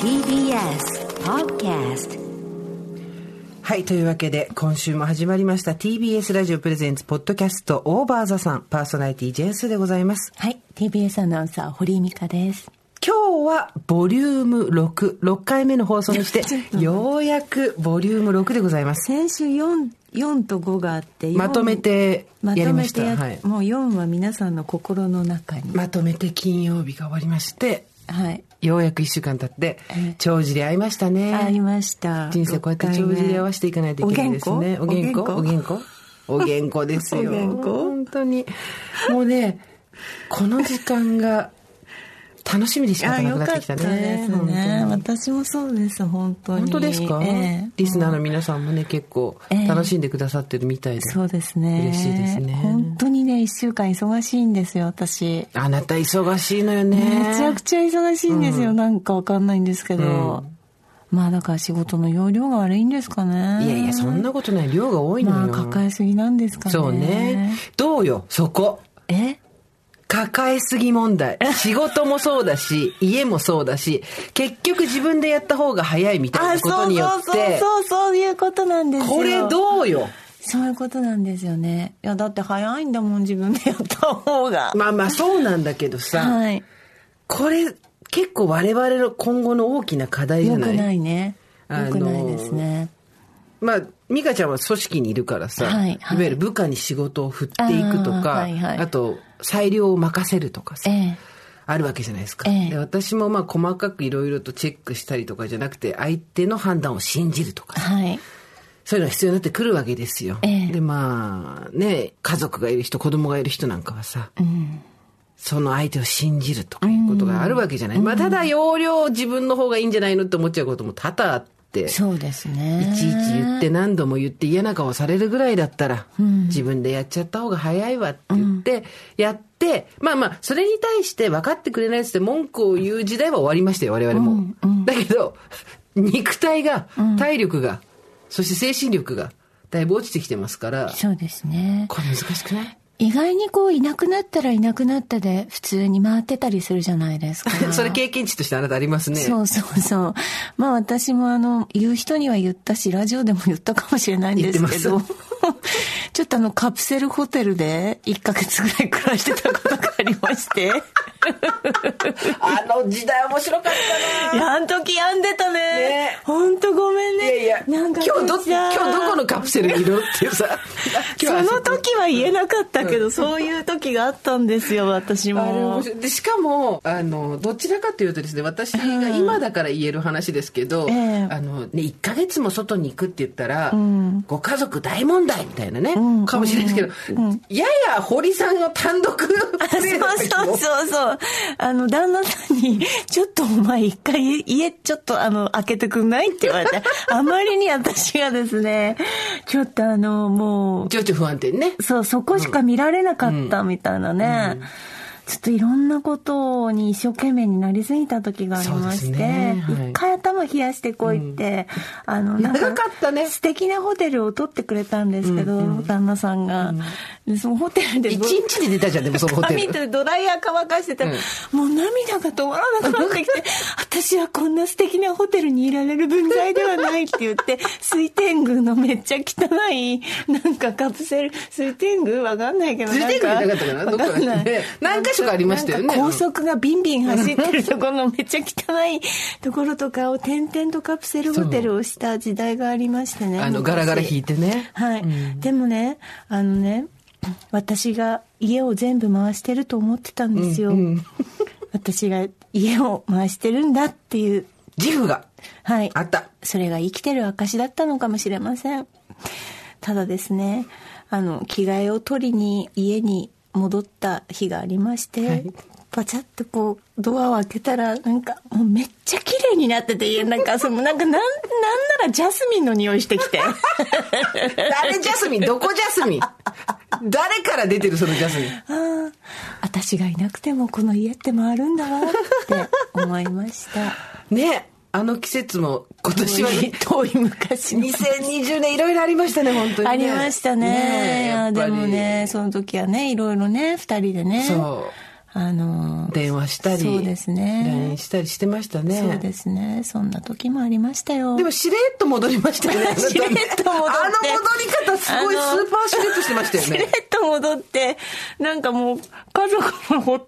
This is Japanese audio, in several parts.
TBS Podcast はい。というわけで、今週も始まりました TBS ラジオプレゼンツポッドキャストオーバーザさん、パーソナリティジェンスでございます。はい TBS アナウンサー堀井美香です今日はボリューム6、6回目の放送にして、 ようやくボリューム6でございます。先週 4, 4と5があって4まとめてまやりとまめしてた。やはい。もう4は皆さんの心の中に、まとめて金曜日が終わりまして、はいようやく1週間経ってえ、長寿で会いましたね。ありました人生こうやって六回帳目尻で合わせていかないといけないですね。お原稿お原稿お原稿お原稿ですよ。お原稿本当に。もうね、この時間が楽しみでしかあなよくなっかてっきたたでね。す本当ねに私もそうです本当に本当ですか、ええリスナーの皆さんもね、結構ええ楽しんでくださってるみたいで。そうですね嬉しいですね本当にね1週間忙しいんですよ私あなた忙しいのよね。めちゃくちゃ忙しいんですよ、なんかわかんないんですけど、まあだから仕事の容量が悪いんですかねいやいや、そんなことない。量が多いのよ。まあ抱えすぎなんですかねそうね。どうよ、そこ。え抱えすぎ問題。仕事もそうだし、家もそうだし、結局自分でやった方が早いみたいあなこそとうによそうっそうて、そうそういうことなんですよこれどうよそういうことなんですよねいやだって早いんだもん自分でやった方が、まあまあそうなんだけどさ、はいこれ結構我々の今後の大きな課題じよゃくないないねあのよーくないですねまあ、美香ちゃんは組織にいるからさ、はいいはいわゆる部下に仕事を振っていくとか、あーあ,、はいはいと裁量を任せるとかさ、ええあるわけじゃないですか。ええで私もまあ細かくいろいろとチェックしたりとかじゃなくて、相手の判断を信じるとかさはいそういうのが必要になってくるわけですよ。ええで、まあ、ね、家族がいる人、子供がいる人なんかはさ、その相手を信じるとかいうことがあるわけじゃない。まあ、ただ、要領自分の方がいいんじゃないのって思っちゃうことも多々あって、いちそうですねいち言って何度も言って嫌な顔されるぐらいだったら、自分でやっちゃった方が早いわって言って、やって、まあまあ、それに対して分かってくれないっつって文句を言う時代は終わりましたよ、我々も。だけど、肉体が、体力が、そして精神力が、だいぶ落ちてきてますから、そうですねこれ難しくない意外にこういなくなったらいなくなったで普通に回ってたりするじゃないですか それ経験値としてあなたありますね。そうそうそう。まあ私もあの、言う人には言ったし、ラジオでも言ったかもしれないんですけ言どって、 ちょっとあの、カプセルホテルで1ヶ月ぐらい暮らしてたことがありまして、い あの時代面白かったなや、あの時病んでたねね。ほんとごめんいね。やいや、な今んか日ど、今私さ日どこのカプセルにいるっていう さ、そ今日あの時は言えなかったけど、そういう時があったんですよ、私あれも面。白いでしかもあのどちらかというとですね私が今だから言える話ですけど、ええあのね、1ヶ月も外に行くって言ったら、ご家族大問題みたいなね、かもしれないですけど、やや堀さんの単独プレイの時そうそうもそうそう。あの、旦那さんに、ちょっとお前一回家ちょっとあの、開けてくんないって言われて、あまりに私がですね、ちょっとあの、も情緒不安定ねう、そう、そこしか見られなかったみたいなね。ちょっといろんなことに一生懸命になりすぎた時がありまそうして、ですねはい一回頭冷やしてこいって、あの、なん長かったね素敵なホテルを取ってくれたんですけど、旦那さんが。で、そのホテルで一ぼ日で出たじゃんでもそのホテ髪ルとドライヤー乾かしてたら、もう涙が止まらなくなってき て、私はこんな素敵なホテルにいられる分際ではないって言って、水天宮のめっちゃ汚い、なんかカプセル、水天宮わかんないけど、水天宮じゃなかったかなわかんないどっかね何箇所かありましたよねなんか高速がビンビン走ってるところのめっちゃ汚いところとかを点々とカプセルホテルをした時代がありましてね。あのガラガラ昔引いてねはい、でもねあのね私が家を全部回してると思ってたんですよ、私が家を回してるんだっていう自負がはいあったそれが生きてる証だったのかもしれませんただですねあの着替えを取りに家に戻った日がありまして、パチャッとこうドアを開けたらなんかもうめっちゃ綺麗になってて家の中そのなんかなんなんならジャスミンの匂いしてきて。誰ジャスミンどこジャスミン誰から出てるそのジャスミンああ私がいなくてもこの家って回るんだわって思いました ねあの季節も今年は遠い遠い昔の2020年いろいろありましたね本当にね、ありましたねえいややっぱでりもねその時はねいろいろね二人でねそうあの電話したり、そうですね LINE したりしてましたね。そうですねそんな時もありましたよでもしれっと戻りましたよね。あなた ねしれっと戻ってあの戻り方すごいスあのーパーしれっとしてましたよしれっね。と戻ってなんかもう家族もほ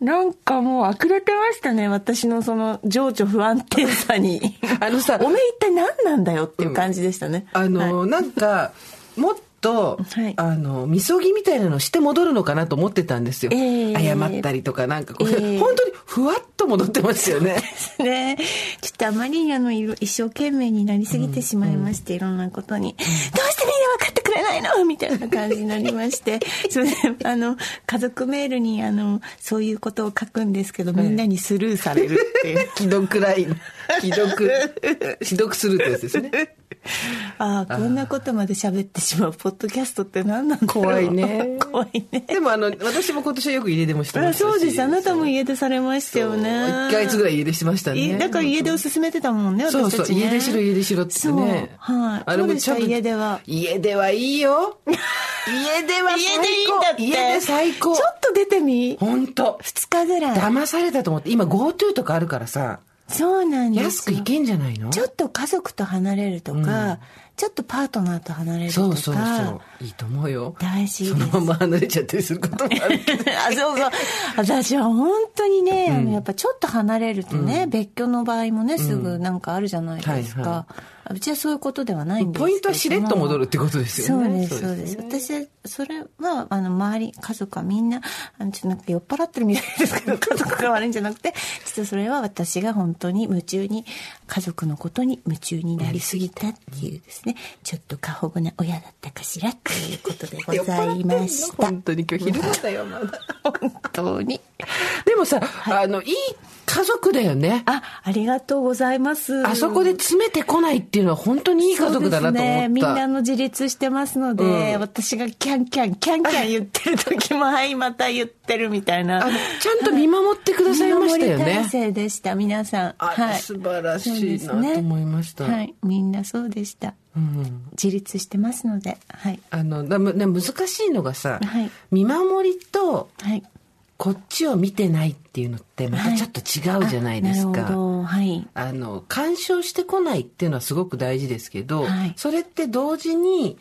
なんかもうあくれてましたね私のその情緒不安定さにあのさおめえ一体何なんだよっていう感じでしたね、あの、はいなんか、もっと、はいあの、みそぎみたいなのして戻るのかなと思ってたんですよ。ええ謝ったりとか、なんかこう、ええ本当にふわっと戻ってます よね。ね、ちょっとあまりにあのいろ一生懸命になりすぎてしまいまして、いろんなことに「どうしてみんな分かってくれないの?」 みたいな感じになりまして それであの家族メールにあのそういうことを書くんですけどみんなにスルーされるって いう。既読ライン。既読、既読するってやつですね。ああこんなことまで喋ってしまうポッドキャストって何なんだろう怖いね 怖いねでもあの、私も今年はよく家出もしてまあしたし。そうですあなたも家出されましたよね1ヶ月ぐらい家出してましたいね。だから家出を勧めてたもんねそう私そたう、ちね家出しろ家出しろってね。そうはいあれどうもでしちたゃんと家出は家出はいいよ。家出は最高。家出いいんだって家出最高ちょ。っと出てみ本当2日ぐらい騙されたと思って、今 GoTo とかあるからさ、そうなんですよ安く行けんじゃないのちょっと家族と離れるとか、ちょっとパートナーと離れるとそかうそうそう。いいと思うよ。大事ですそのまま離れちゃったりすることもあるけど。 あそうそう私は本当にね、あのやっぱちょっと離れるとね、別居の場合もねすぐなんかあるじゃないですか、うはいはちはそういうことではないんですけどポイントはしれっと戻るってことですよね。そうですそうですね私それはあの周り家族はみんなあのちょっとなんか酔っ払ってるみたいですけど 家族が悪いんじゃなくて実はそれは私が本当に夢中に家族のことに夢中になりすぎたっていうですねちょっと過保護な親だったかしらっていうことでご酔っ払ざっていんのました本当に今日昼間だよ、まだ。本当に。でもさ、あの、いい家族だよね。あ、ありがとうございます。あそこで詰めてこないっていうのは本当にいい家族だそうなと思った。ですね、みんなの自立してますので、うん私がキャンキャンキャンキャン言ってる時も「はいまた言ってる」みたいなあのちゃんと見守ってくださいましたよ見守りね。体制でした皆さんあはい素晴らしいなそうですねと思いましたはいみんなそうでした、自立してますのではいあのだむね難しいのがさ、はい見守りとはいこっちを見てないっていうのってまたちょっと違うじゃないですあなるほか。どはいあの干渉してこないっていうのはすごく大事ですけど、はいそれって同時に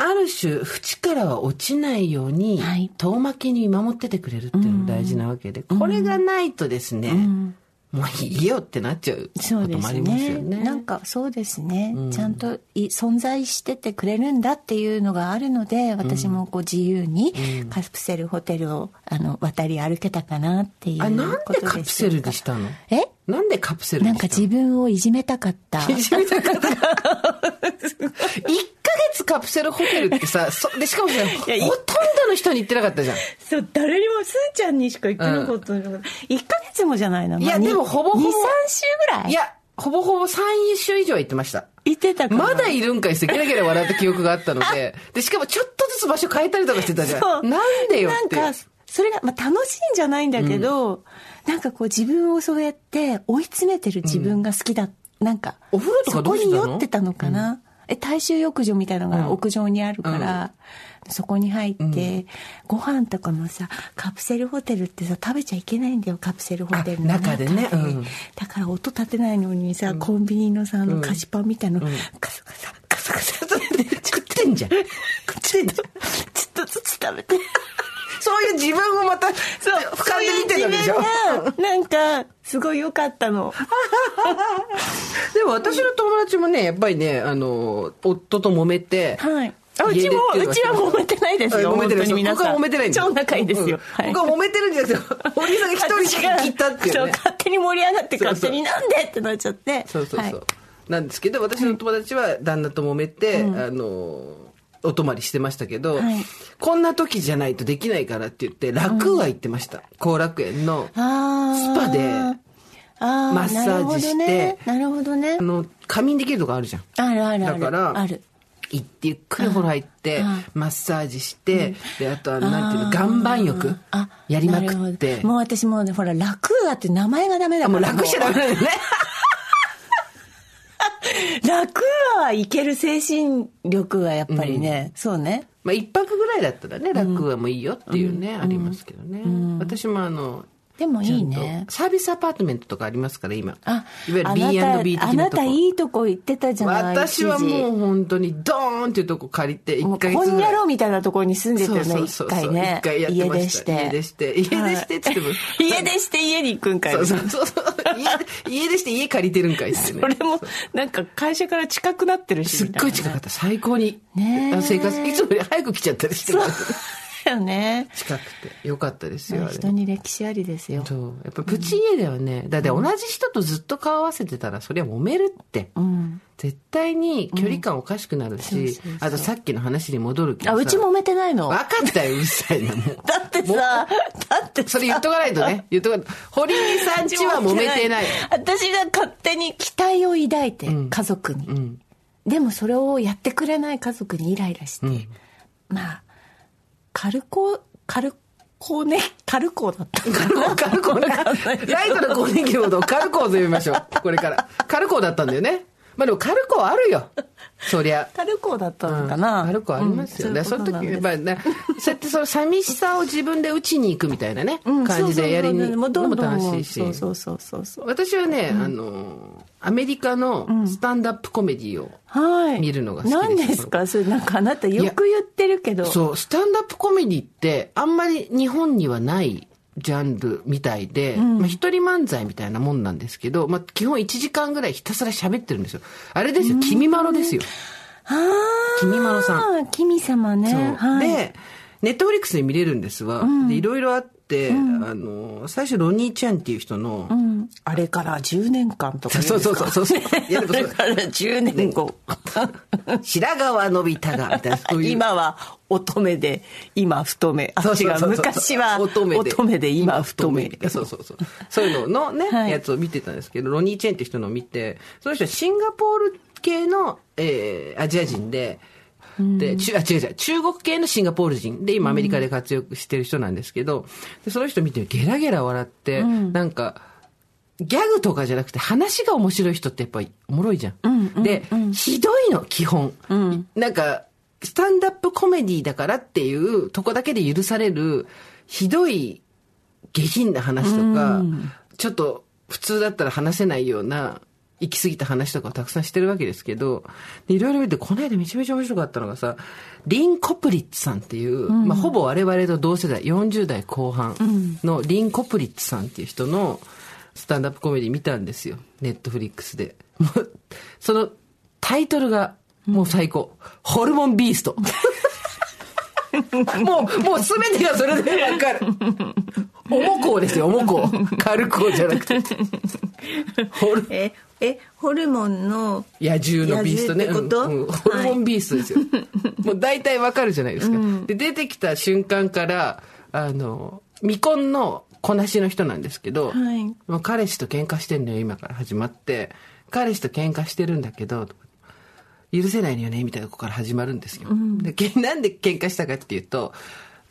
ある種縁からは落ちないように、はい遠巻きに見守っててくれるっていうのも大事なわけで、これがないとですね、もういいよってなっちゃうこそうとでもあすりますねよね。なんかそうですね、ちゃんとい存在しててくれるんだっていうのがあるので私もこう自由にカプセルホテルをあの渡り歩けたかなっていうあなんこでとでしょうかカプセルでしたのえなんでカプセルなにんかした自分をいじめたかったの一緒にいたかった。1ヶ月カプセルホテルってさ、そでしかもさ、ほとんいどの人に行ってなかったじゃん。そう誰にもすーちゃんにしか言ってなかった、1か月もじゃないのいや、でもほぼほぼ。 23週ぐらいいや、ほぼほぼ3週以上は行ってました。いてたからまだいるんかいって、ゲラゲラ笑った記憶があったので、で、しかもちょっとずつ場所変えたりとかしてたじゃ。そうん なんでよなっんて。かそれが、まあ、楽しいんじゃないんだけど、なんかこう自分をそうやって追い詰めてる自分が好きだ、なんかお風呂とかどうしてたのそこに酔ってたのかな、え大衆浴場みたいのが屋上にあるから、そこに入って、ご飯とかもさカプセルホテルってさ食べちゃいけないんだよカプセルホテルの中であ中でねうんだから音立てないのにさ、コンビニのさあの菓子パンみたいの、カサカサカサカサ食ってんじゃん。ちょっとちょっとずつ食べて。そういう自分をまた、そう、俯瞰で見てるわけでしょ。なんか、すごい良かったの。でも私の友達もね、やっぱりね、あの、夫と揉めて、はい。あう家ち出もっていうの、うちは揉めてないですよ。揉めてる本当に皆さん。僕は揉めてないんだ超仲いいですよ。うん僕は揉めてるんじゃなくて、おじさんが一人しか聞いたっていそううね。勝手に盛り上がってそうそう勝手になんでってなっちゃって。そうそうはいそう。なんですけど、私の友達は旦那と揉めて、あの、お泊まりしてましたけど、はいこんな時じゃないとできないからって言って、楽は行ってました。後楽園の、あースパであマッサージしてなるほどね。なあるほどねの、仮眠できるとこあるじゃん。あるあるあだる。からある。行ってゆっくりお風呂入ってうんマッサージして、であとはなんていうのあー岩盤浴あやりまくっなるてほどもう私もうねほら楽だって名前がダメだあかもらう楽しちゃダメだよね 楽はいける精神力はやっぱりね、そうね。 まあ、一泊ぐらいだったらね、楽はもういいよっていうね、ありますけどね。私もあの、でもいいねちゃんとサービスアパートメントとかありますから、今。あいわゆるあなた B&B 的なとこあなたいいとこ行ってたじゃない私はもうう本当にドーンっていうとこ借りて、も1うヶ月ぐらこい。んにゃろみたいなところに住んでたそようねそう一そう回そう。ね一回やって家までし。したて家出して。家出してって言っても。家出して家に行くんかいそうみたそいうなそうそう。家で 家出して家借りてるんかいってね。それもなんか会社から近くなってるしすっみたいごない近かった。最高に。ねえあ生活、いつもより早く来ちゃったりしてもだよね近くて。よかったですよ、あれ人。に歴史ありですよそう。やっぱプチ家ではね、だって同じ人とずっと顔合わせてたら、そりゃ揉めるって。うん絶対に距離感おかしくなうるんそうしそうそう、あとさっきの話に戻るけどあさ。うち揉めてないの分かったよ、うるさいな、もう。 だってさだってそれ言っとかないと ね。言っとかないと。堀井さんちは揉めてない。私が勝手に期待を抱いて、家族に、んでもそれをやってくれない家族にイライラして、うん まあ軽く軽くね 軽くだったカルコ、カルコね。ライトの更年期のことをカルコと呼びましょう。これから。カルコだったんだよね。まあでもカルコあるよ。そりゃ。軽くだったうのんかな、カルコありますよね。うんそそういうのことなん時、やでっすぱりね、そうやってその寂しさを自分で打ちに行くみたいなね、うん感じでやりにそうそうそうも行うくのどんもどん楽しいし。そうそうそうそうそう私はね、あの、アメリカのスタンダップコメディを、はい見るのが好きです何ですかそれなんかあなたよく言ってるけどそう、スタンダップコメディって、あんまり日本にはないジャンルみたいで、まあ一人漫才みたいなもんなんですけど、まあ基本1時間ぐらいひたすら喋ってるんですよ。あれですよ、君まろですよ。ああ君まろさん。ん君様ねそうはい、で、ネットフリックスで見れるんですわ。で、いろいろあって、あの、最初ロニーちゃんっていう人の、うん、あれから10年間とかそうそうそうそうそう。 いやでもそだうから10年後、 白川のび太が、みたいな、そういう。今は乙女で今太めあそうそ違うそううそう昔は乙女で乙女で今太めそうそうそう。そういうのの ね、はいやつを見てたんですけど、ロニー・チェンって人のを見て、その人はシンガポール系の、えーアジア人で、で、中あ、違う違う、中国系のシンガポール人で、今アメリカで活躍してる人なんですけど、でその人見てゲラゲラ笑って、なんか、ギャグとかじゃなくて話が面白い人ってやっぱりおもろいじゃん。で、ひどいの、基本。なんか、スタンダップコメディだからっていうとこだけで許される、ひどい下品な話とか、ちょっと普通だったら話せないような、行き過ぎた話とかをたくさんしてるわけですけど、でいろいろ見て、この間めちゃめちゃ面白かったのがさ、リン・コプリッツさんっていう、まあ、ほぼ我々と同世代、40代後半のリン・コプリッツさんっていう人のスタンダップコメディ見たんですよ。ネットフリックスで。もうそのタイトルがもう最高。ホルモンビースト。もう、もうすべてがそれでわかる。おもこうですよ、おもこう。軽こうじゃなくて。ホル、ええホルモンの野獣のビーストね。野獣ってことうんうんホルモンビーストで すよ。もう大体わかるじゃないですか。で、出てきた瞬間から、あの、未婚の子なしの人なんですけど、はいもう彼氏と喧嘩してんのよ、今から始まって。彼氏と喧嘩してるんだけど、とか許せないのよねみたいなとこから始まるんですよ、でけ なんで喧嘩したかっていうと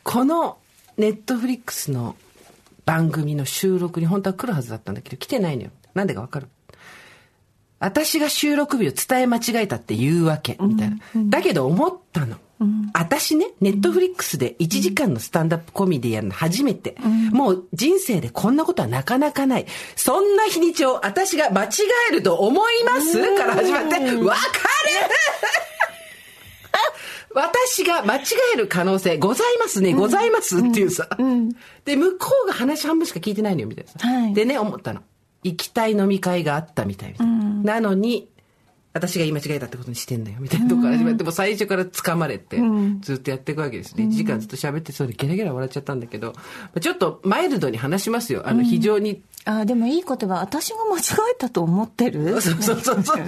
このネットフリックスの番組の収録に本当は来るはずだったんだけど来てないのよなんでかわかる私が収録日を伝え間違えたって言うわけ、みたいな。だけど思ったの。私ね、ネットフリックスで1時間のスタンダップコメディやるの初めて、もう人生でこんなことはなかなかない。そんな日にちを私が間違えると思います、から始まって、わかる私が間違える可能性ございますね、ございますっていうさ、で、向こうが話半分しか聞いてないのよ、みたいなさ。はいでね、思ったの。行きたい飲み会があったみたいみたいな。なのに、私が言い間違えたってことにしてんだよ、みたいなとこから始まって、もう最初から掴まれて、ずっとやっていくわけですね。1時間ずっと喋って、それでゲラゲラ笑っちゃったんだけど、ちょっとマイルドに話しますよ。あの、非常にあでもいい言葉私が間違えたと思ってるそうそうそう そうそう。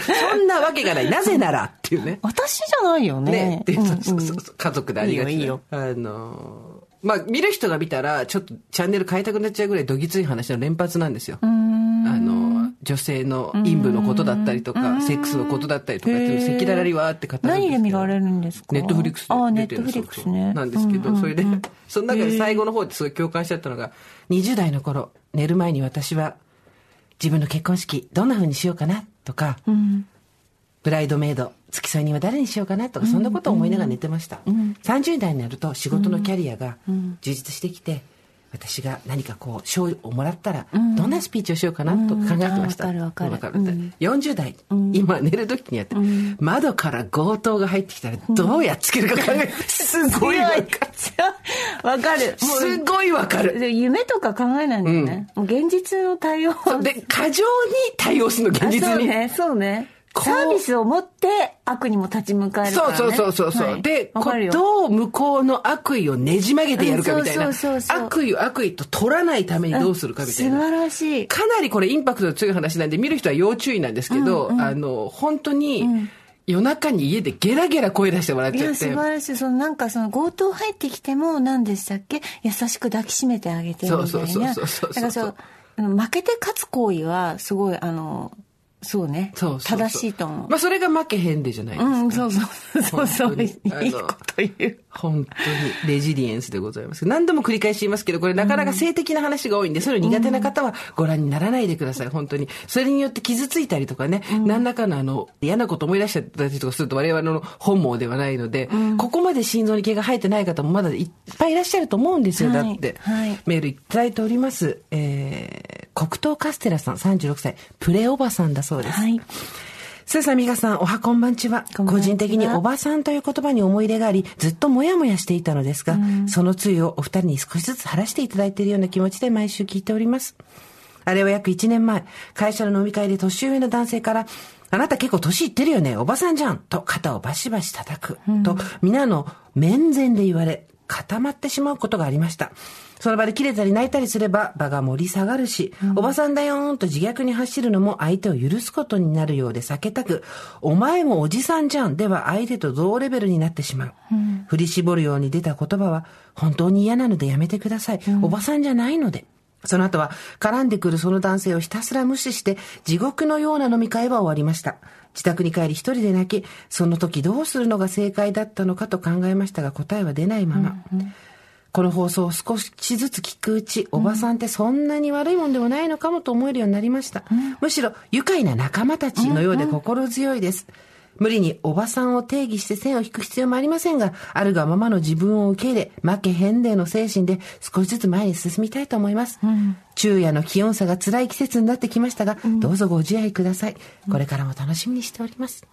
そんなわけがない。なぜならっていうね。私じゃないよねね。っていうそうそううんそううんそう。家族でありがちいいよいないよあのー、まあ、見る人が見たら、ちょっとチャンネル変えたくなっちゃうぐらいどぎつい話の連発なんですよ。あのー、女性の陰部のことだったりとか、セックスのことだったりとかやってる、赤裸々にわーって語るんですけど何で見られるんですかネットフリックスああでネ出ットてるフリックスそうそねうなんですけど、うんうんそれで、その中で最後の方ですごい共感しちゃったのが、20代の頃、寝る前に私は、自分の結婚式、どんな風にしようかなとか、ブライドメイド付き添い人は誰にしようかなとかそんなことを思いながら寝てました、30代になると仕事のキャリアが充実してきて、私が何かこう賞をもらったらどんなスピーチをしようかなとか考えてました、うんあわかるわかるわ40代、今寝る時にやって、窓から強盗が入ってきたらどうやっつけるか考えて、すごいわかるわかる もすごいわかうるで夢とか考えないんだよね、もう現実の対応で過剰に対応するの現あ実そうにねそうねこうサービスを持って悪にも立ち向かえるかそら、うね、そうそうそうそう、はいでわこかるうよどう向こうの悪意をねじ曲げてやるかみたいな、うんそうそうそうそう悪意を悪意と取らないためにどうするかみたい素な、晴らしいかなりこれインパクトの強い話なんで見る人は要注意なんですけど、あの本当に夜中に家でゲラゲラ声出してもらっいちゃやって素晴らしいそのなんかその強盗入ってきても何でしたっけ優しく抱きしめてあげてみたいなそうそうそうそうそうそうだからそうあの負けて勝つ行為はすごいあのそうねそうそうそう正しいと思う、まあそれが負けへんでじゃないですか、うんそうそうそうそう本当いにいこと言う本当にレジリエンスでございます。何度も繰り返し言いますけど、これなかなか性的な話が多いんで、それを苦手な方はご覧にならないでください、本当に。それによって傷ついたりとかね、何らかのあの、嫌なこと思い出しちゃったりとかすると我々の本望ではないので、ここまで心臓に毛が生えてない方もまだいっぱいいらっしゃると思うんですよ、はいだって。はいメールいただいております。えー、黒糖カステラさん36歳、プレおばさんだそうです。はいスーさん、ミカさん、おはこんばんちは。こんばんち個は人的におばさんという言葉に思い入れがあり、ずっともやもやしていたのですが、そのついをお二人に少しずつ晴らしていただいているような気持ちで毎週聞いております。あれは約1年前、会社の飲み会で年上の男性から、あなた結構年いってるよね、おばさんじゃんと肩をバシバシ叩く、と、皆の面前で言われ、固まってしまうことがありました。その場で切れたり泣いたりすれば場が盛り下がるし、おばさんだよーんと自虐に走るのも相手を許すことになるようで避けたく、お前もおじさんじゃんでは相手と同レベルになってしまう。振り絞るように出た言葉は本当に嫌なのでやめてください。おばさんじゃないので。その後は絡んでくるその男性をひたすら無視して地獄のような飲み会は終わりました。自宅に帰り一人で泣き、その時どうするのが正解だったのかと考えましたが答えは出ないまま。この放送を少しずつ聞くうち、おばさんってそんなに悪いもんでもないのかもと思えるようになりました。むしろ愉快な仲間たちのようで心強いです。無理におばさんを定義して線を引く必要もありませんが、あるがままの自分を受け入れ、負けへんでの精神で少しずつ前に進みたいと思います。昼夜の気温差が辛い季節になってきましたが、どうぞご自愛ください。これからも楽しみにしております。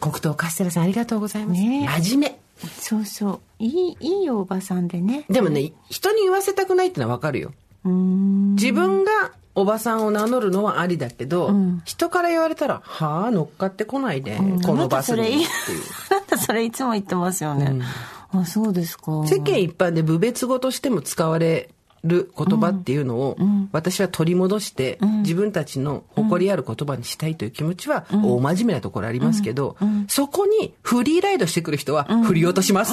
黒糖カステラさんありがとうございます。ねえ真面目。そうそういいいいおばさんでねでもね、人に言わせたくないってのはわかるよ。自分がおばさんを名乗るのはありだけど、人から言われたら、はあ、乗っかってこないで、このバスにっていう。あなたそれいつも言ってますよね、あそうですか世間一般で部別語としても使われる言葉っていうのを、私は取り戻して、自分たちの誇りある言葉にしたいという気持ちは、大真面目なところありますけど、そこにフリーライドしてくる人は振り落とします。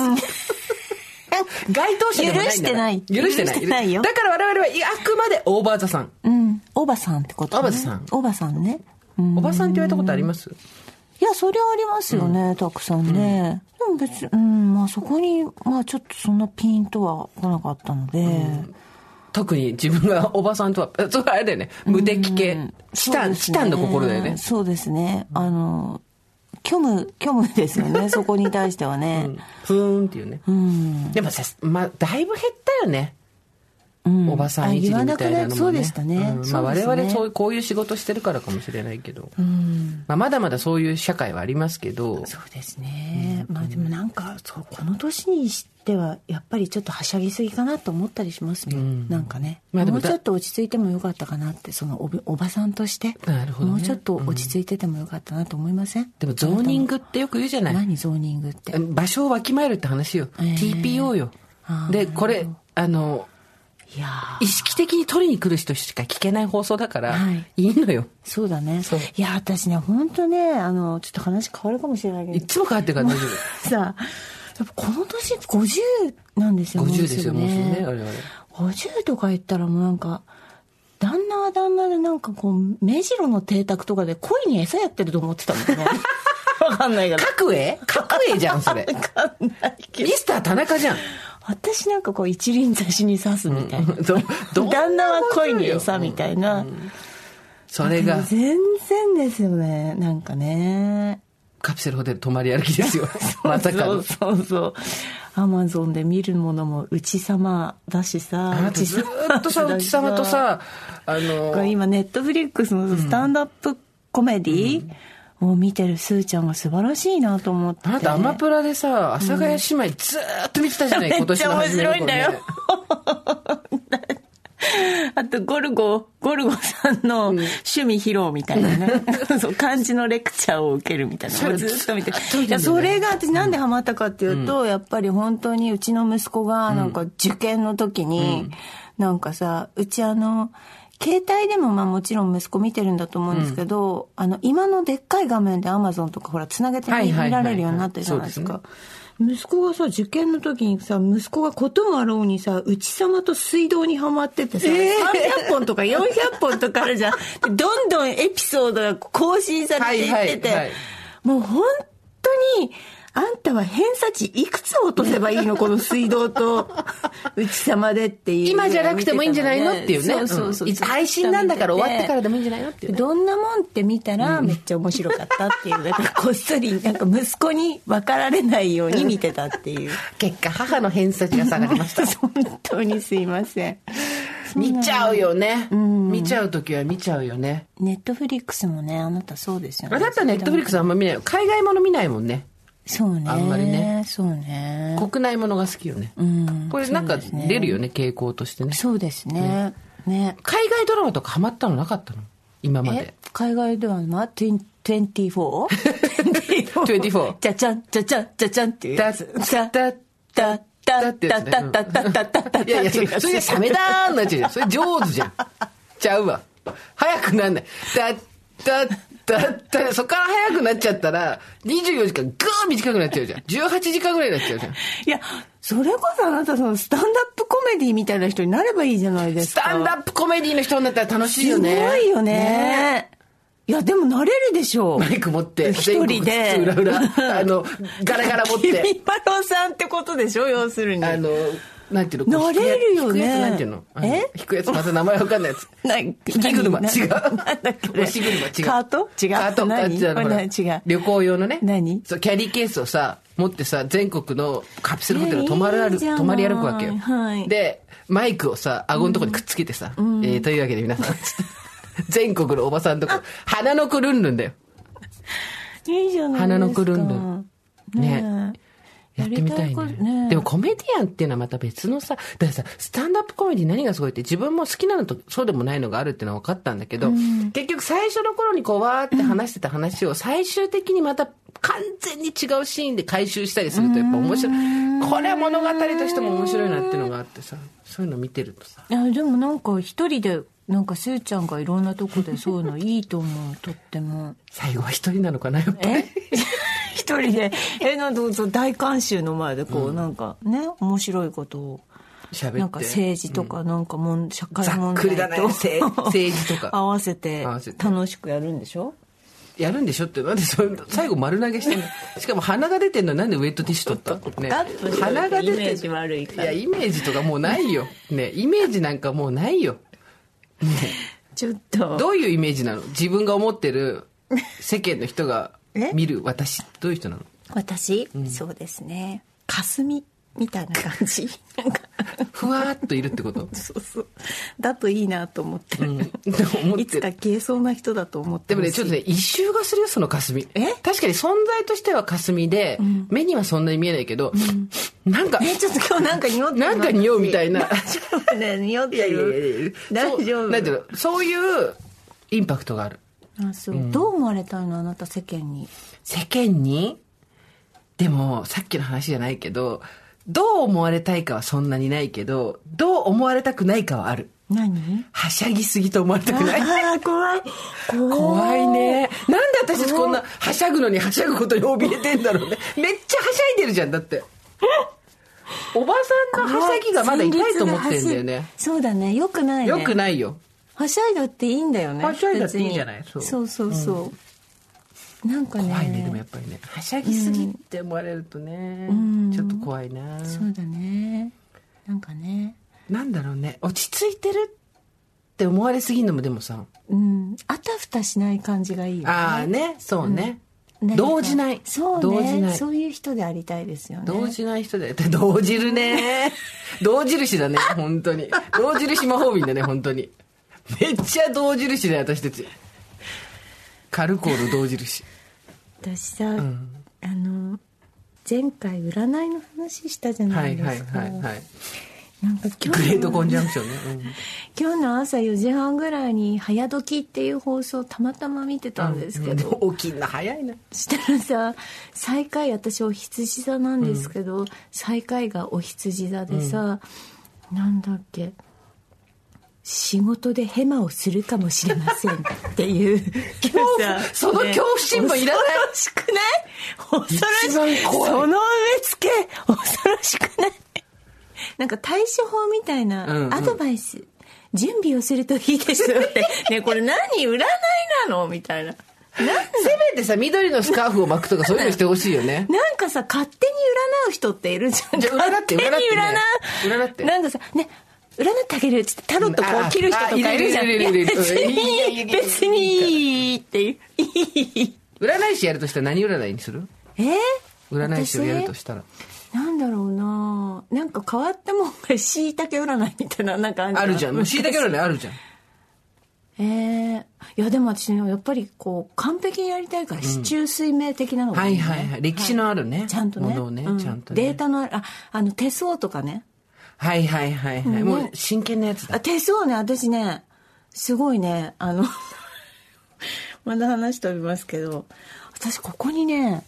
該当者でもないんだから許してない許してない許してないよだから我々はあくまでオーバーザさん、うんおばさんってこと、ね、おばさんおばさんね、うんおばさんって言われたことありますいやそりゃありますよね、たくさんね、でも別にうんまあそこにまあちょっとそんなピンとは来なかったので、特に自分がおばさんとはえそれはあれだよね無敵系、チタン、チタンの心だよねそうですねあの虚無虚無ですよ ねそこに対してはねふーんっていうね、うん、でもさ、まあ、だいぶ減ったよねうんおばさんいじりみたいなのも、ねあ言わなくなそうでしたね、うんまあ、そうで我すね々そうこういう仕事してるからかもしれないけど、まあ、まだまだそういう社会はありますけどそうですね、まあでもなんかそうこの年にしてはやっぱりちょっとはしゃぎすぎかなと思ったりしますね、なんかね、まあでももうだちょっと落ち着いてもよかったかなってそのおびおばさんとしてなるほどねもうちょっと落ち着いててもよかったなと思いません、でもゾーニングってよく言うじゃない何ゾーニングって場所をわきまえるって話よ、えー TPO よあーでこれあのいやー意識的に取りに来る人しか聞けない放送だから、はいい、いのよそうだねそういや私ね本当ねあのちょっと話変わるかもしれないけいどつも変わってるから大丈 さやっぱこの年50なんですよ夫50ですよもうすぐね我々50とか言ったらもうなんか旦那は旦那でなんかこう目白の邸宅とかで恋に餌やってると思ってたもん ねわかんないから角栄角栄じゃんそれわかんないけミどスター田中じゃん私なんかこう一輪差しに刺すみたいな、どど旦那は恋に餌みたいな、それでがも全然ですよねなんかねカプセルホテル泊まり歩きですよまさか そのうそうそうアマゾンで見るものもうちさまだしあさなたずーっとさだうしち様 とさあこれの今ネットフリックスのスタンドアップコメディを見てるすーちゃんが素晴らしいなと思ってあなたアマプラでさ阿佐ヶ谷姉妹ずーっと見て たじゃない、今年の初めの頃ねめっちゃ面白いんだよあとゴルゴゴルゴさんの趣味披露みたいなね、そう漢字のレクチャーを受けるみたいなそれずっと見てずっと見てんだよねいやそれが私なんでハマったかっていうと、やっぱり本当にうちの息子がなんか受験の時に、なんかさうちあの携帯でもまあもちろん息子見てるんだと思うんですけど、あの今のでっかい画面でアマゾンとかほらつなげてはい見はいはいはいられるようになったじゃないですそうか。息子がさ受験の時にさ息子がこともあろうにさ内様と水道にはまっててさ、300本とか400本とかある じゃんでどんどんエピソードが更新されていってて、はいはいはいもう本当にあんたは偏差値いくつ落とせばいいのこの水道 と内様でっていう今じゃなくてもいいんじゃないのっていうねそうそうそう、うんいつ配信なんだから終わってからでもいいんじゃないのっていうねどんなもんって見たらめっちゃ面白かったっていう、なんかこっそりなんか息子に分かられないように見てたっていう結果母の偏差値が下がりました本当にすいません 見ちゃうよね、見ちゃう時は見ちゃうよねネットフリックスもねあなたそうですよあねなたネットフリックスあんま見ないよ海外もの見ないもんねそうねあんまりねそうね国内ものが好きよね、んこれなんか出るよね傾向としてねそうですねね海外ドラマとかハマったのなかったの今まえで海外ドラマ 24?24 24じゃじゃんじゃじゃんじゃじゃんっていうやつだだだだだってやつねうんだだだだだだいや いやそれだそれがサメだーになっちゃうじゃんそれ上手じゃんちゃうわ早くなんないだだだだそっから早くなっちゃったら24時間ぐー短くなっちゃうじゃん18時間ぐらいになっちゃうじゃん いや、それこそあなたそのスタンダップコメディみたいな人になればいいじゃないですスか。タンダップコメディの人になったら楽しいよねすごいよね。いや、でもなれるでしょうマ。イク持って、一人で全国津々浦々、あの、ガラガラ持っ君 て、パロさんってことでしょ要するに。あの、なんていうのこうなれるよね引くやつなんていうのあのえ引くやつまた名前わかんないやつ。な引き車、何違う。なんだっけ押し車、違う。カート違うカート、何あ違うこれほら何違う旅行用のね。何そう、キャリーケースをさ、持ってさ、全国のカプセルホテル泊まるあいやいる、いじゃない泊まり歩くわけよ。はいで、マイクをさ、顎のとこにくっつけてさ、えーというわけで皆さん、全国のおばさんとか、鼻のくるんるんだよ。いいじゃないですか。花のくるんるねえやってみたいやねりことねでもコメディアンっていうのはまた別のさだからさスタンダップコメディ何がすごいって自分も好きなのとそうでもないのがあるっていうのは分かったんだけど、結局最初の頃にこうわーって話してた話を最終的にまた完全に違うシーンで回収したりするとやっぱ面白いこれは物語としても面白いなっていうのがあってさそういうの見てるとさいや、でもなんか一人で、なんかすーちゃんがいろんなとこでそういうのいいと思う。とっても。最後は一人なのかなやっぱえ 一人 でえなんかそう大観衆の前でこう、なんかね面白いことを喋ってなんか政治とかなんかもん、社会問ざっくり題だね と政政治とか合わせて合わせて楽しくやるんでしょやるんでしょってなんでそれ最後丸投げしてんのしかも鼻が出てんのになんでウェットティッシュ取ったのねカットして鼻が出てイメージ悪いからやイメージとかもうないよねイメージなんかもうないよちょっとどういうイメージなの自分が思ってる世間の人がえ見る私どういう人なの私、そうですね霞みたいな感じ なんかふわーっといるってことそうそうだといいなと思ってる、うん思っいてつかる消えそうな人だと思ってでもほしねいちょっとね一周がするよその霞え確かに存在としては霞で、目にはそんなに見えないけど、なんかえちょっと今日なんか匂ってるなんか匂うみ たいな私大丈夫ね匂ってる大丈そう夫なんていうのそういうインパクトがあるあそう、どう思われたいのあなた世間に世間にでもさっきの話じゃないけどどう思われたいかはそんなにないけどどう思われたくないかはある何はしゃぎすぎと思われたくないああ怖い怖い怖いねなんで私たちこんなはしゃぐのにはしゃぐことに怯えてんだろうねめっちゃはしゃいでるじゃんだっておばさんのはしゃぎがまだ痛いと思ってんだよねそうだねよくないねよくないよはしゃいだっていいんだよねはしゃいだっていいじゃない別にそそううそうそうなんかね怖いねでもやっぱりねはしゃぎすぎって思われるとね、んちょっと怖いなそうだねなんかねなんだろうね落ち着いてるって思われすぎるのもでもさうんあたふたしない感じがいいよねああねそうね、何か動じないそうね動じないそういう人でありたいですよね動じない人だよ。 動じる ね。動印だね、本当に。動印魔法瓶だね、本当に。めっちゃ動印だよ、私たち。カルコール動印。私さ、あの前回占いの話したじゃはないいではいすか、はいはい。なんか今グレ日ートのコンジャンクシ ョンね。今日の朝4時半ぐらいに「早時」っていう放送たまたま見てたんですけど、ど。起きんの早いな。したらさ最下位私お羊座なんですけど、最下位がお羊座でさ、なんだっけ仕事でヘマをするかもしれませんって いう恐怖その恐怖心もいらない恐ろしくない恐ろし一番怖いその植え付け恐ろしくないなんか対処法みたいうんうんなアドバイス、準備をするといいですよって ねこれ何占いなのみたいなせめてさ、緑のスカーフを巻くとかそういうのしてほしいよ ね。なんかさ、勝手に占う人っているじゃん。じゃあ占って勝手に占って占う。占ってなんかさ、ね、占ってあげるっつってタロットこう切る人とかいるじゃん。あいるいるいるいる別いに、る別にいいっていう。いい。占い師やるとしたら何占いにするえー占い師をやるとしたら。私なんだろうななんか変わったもんがしいたけ占いみたいななんかあるじゃんあるじゃん。しいたけ占いあるじゃん。えー、いやでも私ねやっぱりこう完璧にやりたいから市中水明的なのがはいいね、はいはい。歴史のあるね。ちゃんとねものをねうん、ちゃんとね。データのあるああの手相とかねはいはいはいはい。うんもう真剣なやつだあ。手相ね私ねすごいねあの まだ話飛びますけど私ここにね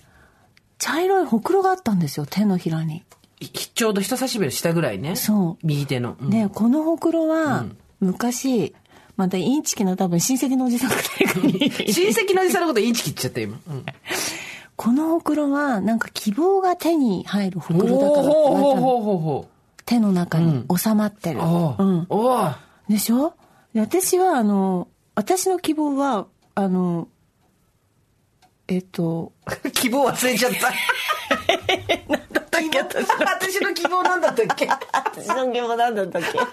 茶色いほくろがあったんですよ手のひらに、いちょうど人差し指の下ぐらいね。そう右手の。 うんでこのほくろは昔、またインチキの多分親戚のおじさんか誰かに 親戚のおじさんのことインチ切っちゃった今。 うんこのほくろはなんか希望が手に入るほおくーろだからってほう言わほれうたのほうほうほ手の中に収まってう。る、おーうん、おーでしょで私はあの私の希望はあのえっと希望忘れちゃ った。私の希望なんだったっけ頼私の希望なんだ ったっけり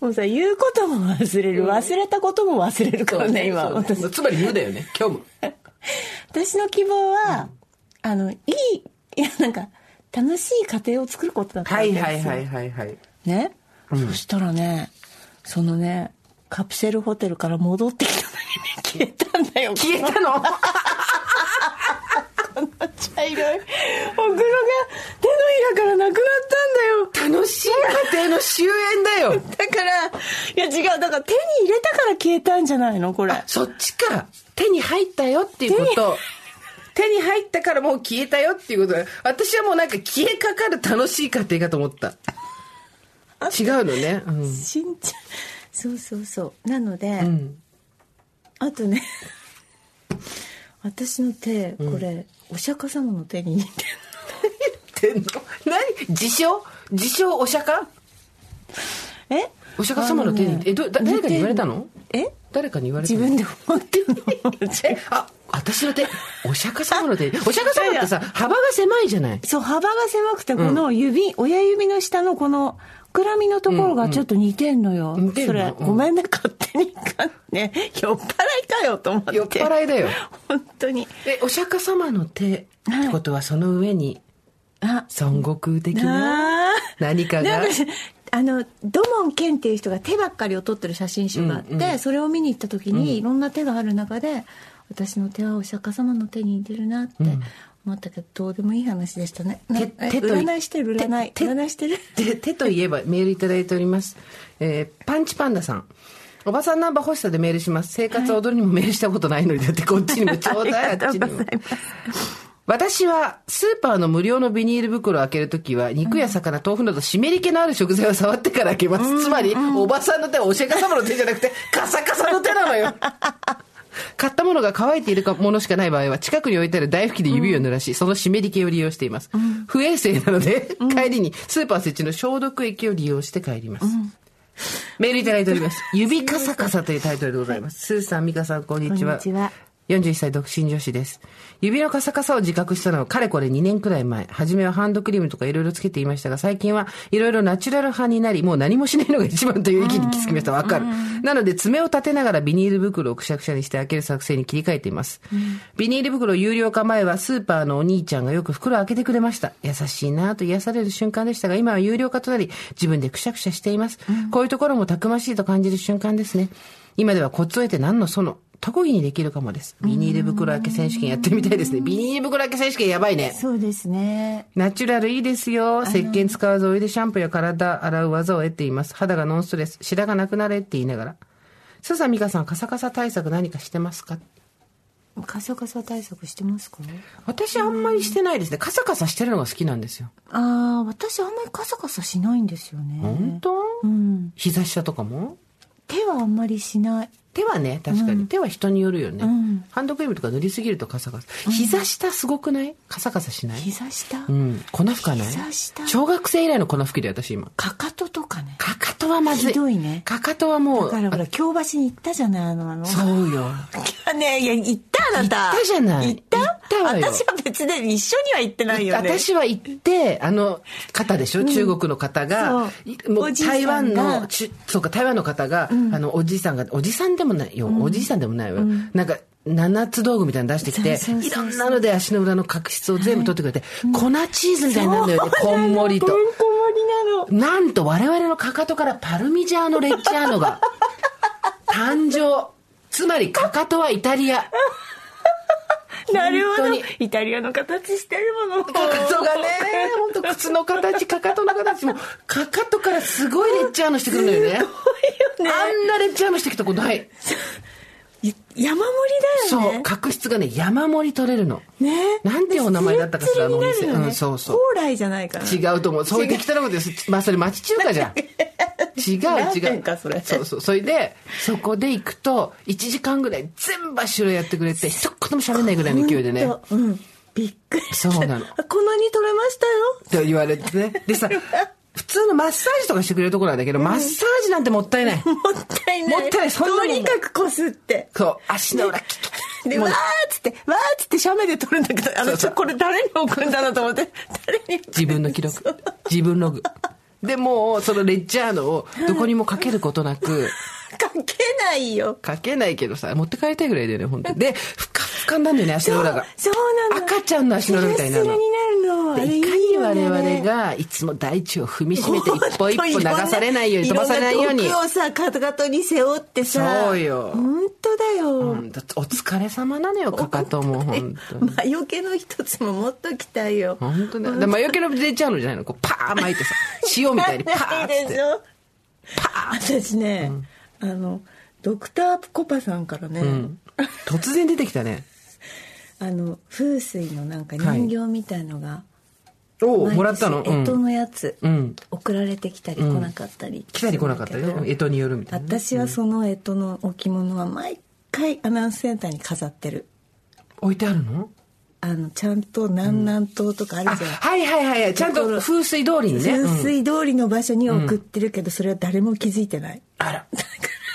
もうさ言うことも忘れる忘れたことも忘れるかならい。ね今 そう私つまり無だよね。虚無。私の希望は、あのいいいやなんか楽しい家庭を作ることだったはわけいですよはいはいはいはい。ね、そしたらねそのねカプセルホテルから戻ってきたのにね消えたんだよ消えたの茶色いお風呂が手のひらからなくなったんだよ楽しい家庭の終焉だよ。だからいや違うだから手に入れたから消えたんじゃないのこれ そっちか。手に入ったよっていうこと。手に 入ったからもう消えたよっていうことだ私はもうなんか消えかかる楽しい過程かと思った。違うのね。うんしんちゃんそうそうそうなので、うん。あとね私の手これ、お釈迦様の手に似てる天皇 何自称自称お釈迦えお釈迦様の手に、あねえ、ど、だ誰かに言われたのえ誰かに言われた自の分で思ってる え、あ、私の手、お釈迦様の手 に。お釈迦様ってさ、幅が狭いじゃないそう幅が狭くてこの指、親指の下のこの膨らみのところがちょっと似てんのよ、ん似てんそのれ、うんごめんね勝手に かね酔っ払いかよと思って酔っ払いだよ。 本当にえ、お釈迦様の手ってことはその上に、あ孫悟空的ななあ何かながんか。あの土門健っていう人が手ばっかりを撮ってる写真集があって、それを見に行った時にいろんな手がある中で、私の手はお釈迦様の手に似てるなって思ったけど、どうでもいい話でしたねな手え手とい占いしてる占い手手占いしてるで手といえばメールいただいております、えーパンチパンダさんおばさんナンバー欲しさでメールします生活は踊りにもメールしたことないのにだってこっちにもちょうだいありがとうございますあっちにも私はスーパーの無料のビニール袋を開けるときは肉や魚、豆腐など湿り気のある食材を触ってから開けます、つまり、おばさんの手はお釈迦様の手じゃなくてカサカサの手なのよ買ったものが乾いているものしかない場合は近くに置いてある台拭きで指を濡らし、その湿り気を利用しています、不衛生なので、帰りにスーパー設置の消毒液を利用して帰ります、メールいただいております。指カサカサというタイトルでございます。スーさん、ミカさん、こんにちは。こんにちは41歳独身女子です。指のカサカサを自覚したのはかれこれ2年くらい前。初めはハンドクリームとかいろいろつけていましたが、最近はいろいろナチュラル派になり、もう何もしないのが一番という域に気づきました。わかる。なので爪を立てながらビニール袋をくしゃくしゃにして開ける作戦に切り替えています。ビニール袋有料化前はスーパーのお兄ちゃんがよく袋を開けてくれました。優しいなぁと癒される瞬間でしたが、今は有料化となり、自分でくしゃくしゃしています。こういうところもたくましいと感じる瞬間ですね。今ではコツを得て何のその、特技にできるかもです。ビニール袋開け選手権やってみたいですね。ビニール袋開け選手権やばいね。そうですねナチュラルいいですよ。石鹸使わずお湯でシャンプーや体洗う技を得ています。肌がノンストレス。白がなくなれって言いながら。笹美香さん、カサカサ対策何かしてますかカサカサ対策してますかね私あんまりしてないですね。カサカサしてるのが好きなんですよ。ああ私あんまりカサカサしないんですよね本当、うん膝下とかも手はあんまりしない手はね、確かに。手は人によるよね、うんハンドクリームとか塗りすぎるとカサカサ。膝下すごくないカサカサしない膝下、うん。粉吹かない膝下小学生以来の粉吹きで私今。かかととかねかかとはまずい。ひどいねかかとはだもう。からほら京橋に行ったじゃないあのあのあそうよ。ねえいや行ったあなた行ったじゃない行った行ったわよ私は別で一緒には行ってないよね私は行って、あの方でしょ、中国の方が、そうもおうじいさんが台湾の、ちそうか、台湾の方が、あの、おじいさんが、おじさんでもないよ、おじいさんでもないわよ。なんか、七つ道具みたいなの出してきてそうそう、いそろうそうんなので足の裏の角質を全部取ってくれて、粉チーズみたいになるのよね、こんもりとて。んこ盛りなのなんと我々のかかとからパルミジャーノ・レッジャーノが誕生。つまりかかとはイタリア。かなるほ本当どにイタリアの形してるものかかとがね、本当靴の形、かかとの形も、かかとからすごいレッジャーノしてくるのよね。いよねあんなレッジャーノしてきたことない。い山盛りだよねそう、角質がね、山盛り取れるの。ねなんていうお名前だったかしら、あのおツ店。ルツルになるよねうん、そうそう。高麗じゃないかな違うと思う。そういう適当なことです。まあ、それ町中華じゃ ん。違ラうーメ違ンう。かそれうそう。それで、そこで行くと、1時間ぐらい全部足裏やってくれて、一言も喋んないぐらいの勢いでね。本当うんびっくりしたそうなのあこんなに取れましたよって言われてね。でさ、普通のマッサージとかしてくれるところなんだけど、マッサージなんてもったいない。もったいないもったいないそんなもとんにかくこすってそう、足の裏キキキで、もわうーっつって、わーっつって写メで撮るんだけど、あの、ちょこれ誰に送るんだなと思って、誰に。自分の記録。自分ログ。で、もう、そのレッジャーノをどこにもかけることなく、書けないよ。かけないけどさ、持って帰りたいぐらいだよね、本当に。で、ふかふかなんだよね、足の裏が。そうそうなの。赤ちゃんの足の裏みたいになるスのルスルになるの。あれでいいいかによね我々。がいつも大地を踏みしめて一歩一歩流されないように飛ばされないようにいろんな毒をさ、かかとに背負ってさ。そうよ本当だうよ。んだってお疲れ様なのよかかとも本当に魔除けの一つも持っときたいよ。本当だで魔除けの出ちゃうのじゃないのこうパーン巻 いてさ塩みたいにパーンっないつでってしょ私ね、あの、ドクターコパさんからね、うん突然出てきたねあの風水のなんかはい人形みたいのが、おお毎もらったの干支うんのやつ、うん送られてきたり来なかったり、来たり来なかったりねするんだけ干ど支によるみたいなね私はその干支の置物は毎回アナウンスセンターに飾ってる置いてあるのあのちゃんと南南東とかああるじゃん、はいはいはいはいちゃんと風水通りにねうん風水通りの場所に送ってるけど、それは誰も気づいてないあら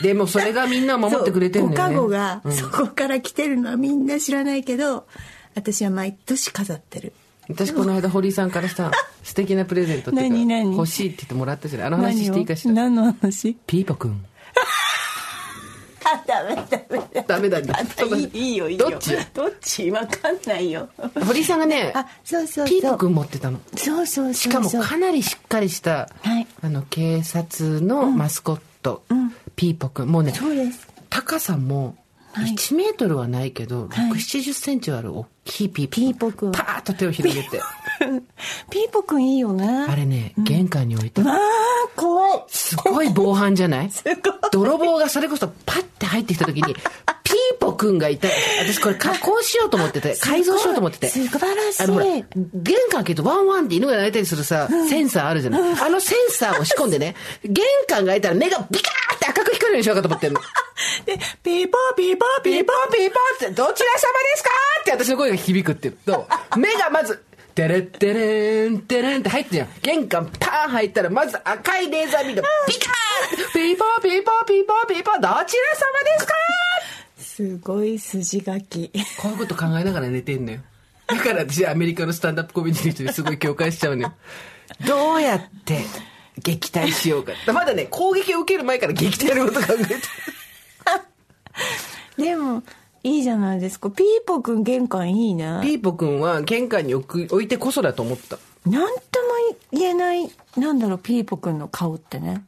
でもそれがみんなを守ってくれてるんだよねそうおかごがそこから来てるのはみんな知らないけど、私は毎年飾ってる私この間堀井さんか らさ素敵なプレゼントっていうか何何欲しいって言ってもらったじゃないあの話していいかしら何を何の話ピーポくんあダメダメダメダメだねあいいいいよいいよどっちどっちわかんないよ堀井さんがねあそうそうそうピーポくん持ってたのそうそうそうそうしかもかなりしっかりした、はいあの警察のマスコット、ピーポくんもうねそうです高さも1メートルはないけど、はい6 7 0センチはある大きいピーポピーポくんパーッと手を広げてピーポくんいいよねあれね玄関に置いた、あー怖い すごい防犯じゃないごい泥棒がそれこそパッて入ってきた時に、 ピーポくんがいた。私これ加工しようと思ってて、改造しようと思ってて。素晴らしいあのほら、玄関開けるとワンワンって犬が鳴いたりするさ、センサーあるじゃない。あのセンサーを仕込んでね、玄関が開いたら目がビカーって赤く光るようにしようかと思ってんの。でピーポーピーポーピピーーポポーンピーポンって、どちら様ですかって私の声が響くっていう。 どう目がまず、テレッテレーン、テレーンって入ってるじゃん。玄関パーン入ったら、まず赤いレーザービーム、ビカーってピーポンピーポンピーポンピーポン、どちら様ですかすごい筋書きこういうこと考えながら寝てんのよ。だから私、アメリカのスタンダップコメディの人にすごい共感しちゃうのよ。どうやって撃退しようか。まだね、攻撃を受ける前から撃退のこと考えてる。でもいいじゃないですかピーポくん玄関いいねピーポくんは玄関に置く置いてこそだと思った。なんとも言えないなんだろうピーポくんの顔ってね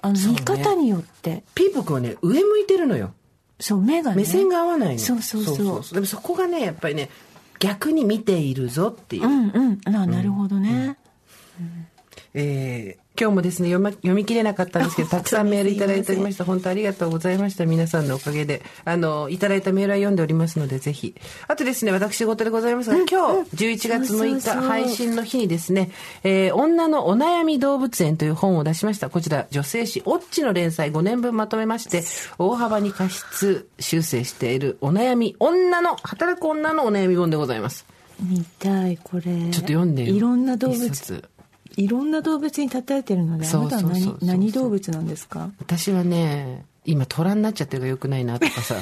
あのう見ね方によってピーポくんはね、上向いてるのよ。そう,、目がね目線が合わないの。そうそうそうでもそこがね、やっぱりね、逆に見ているぞっていう。うんうんななるほどね、えー今日もですね読,、ま、読み切れなかったんですけどたくさんメールいただいておりました本当ありがとうございました皆さんのおかげであのいただいたメールは読んでおりますのでぜひあとですね私事でございますが、今日11そ月6日うそうそう配信の日にですね「えー女のお悩み動物園」という本を出しましたこちら女性誌「オッチ」の連載5年分まとめまして大幅に過失修正しているお悩み女の働く女のお悩み本でございます見たいこれちょっちょっと読んでよいろんな動一物冊いろんな動物に例えてるのであそうなそたうはそうそう何何動物なんですか私はね今虎になっちゃってるからよくないな とかさ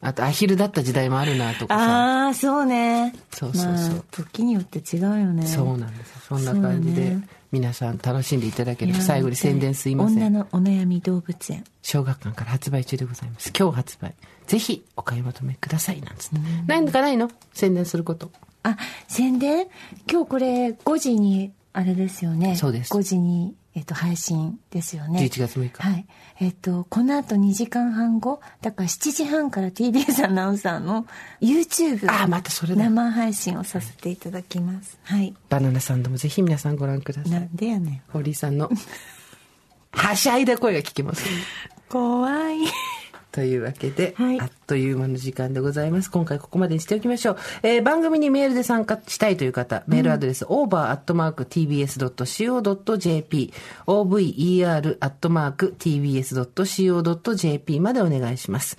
あとアヒルだった時代もあるなとかさああそうねそうそうそうまあ、時によって違うよねそうなんですよそんな感じそうでだね皆さん楽しんでいただけれいばや最後に宣伝すいませ女んのお悩み動物園小学館から発売中でございます今日発売ぜひお買い求めくださいなんつってないのかないの宣伝することあ宣伝今日これ5時にあれですよねそうです5時に、えっと配信ですよね11月6日はいえっとこのあと2時間半後だから7時半から TBS アナウンサーの YouTube あーまたそれだ生配信をさせていただきますはいバナナサンドもぜひ皆さんご覧くださないんでやねん堀井さん のはしゃいだ声が聞きます怖いというわけで、はいあっという間の時間でございます。今回ここまでにしておきましょう。えー番組にメールで参加したいという方、メールアドレス、over.tbs.co.jp、over.tbs.co.jp までお願いします。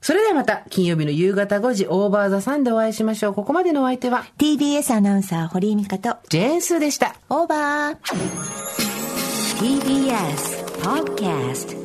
それではまた、金曜日の夕方5時、オーバーザさんでお会いしましょう。ここまでのお相手は、 TBS アナウンサー堀井美香とジェーンスーでした。オーバー TBS Podcast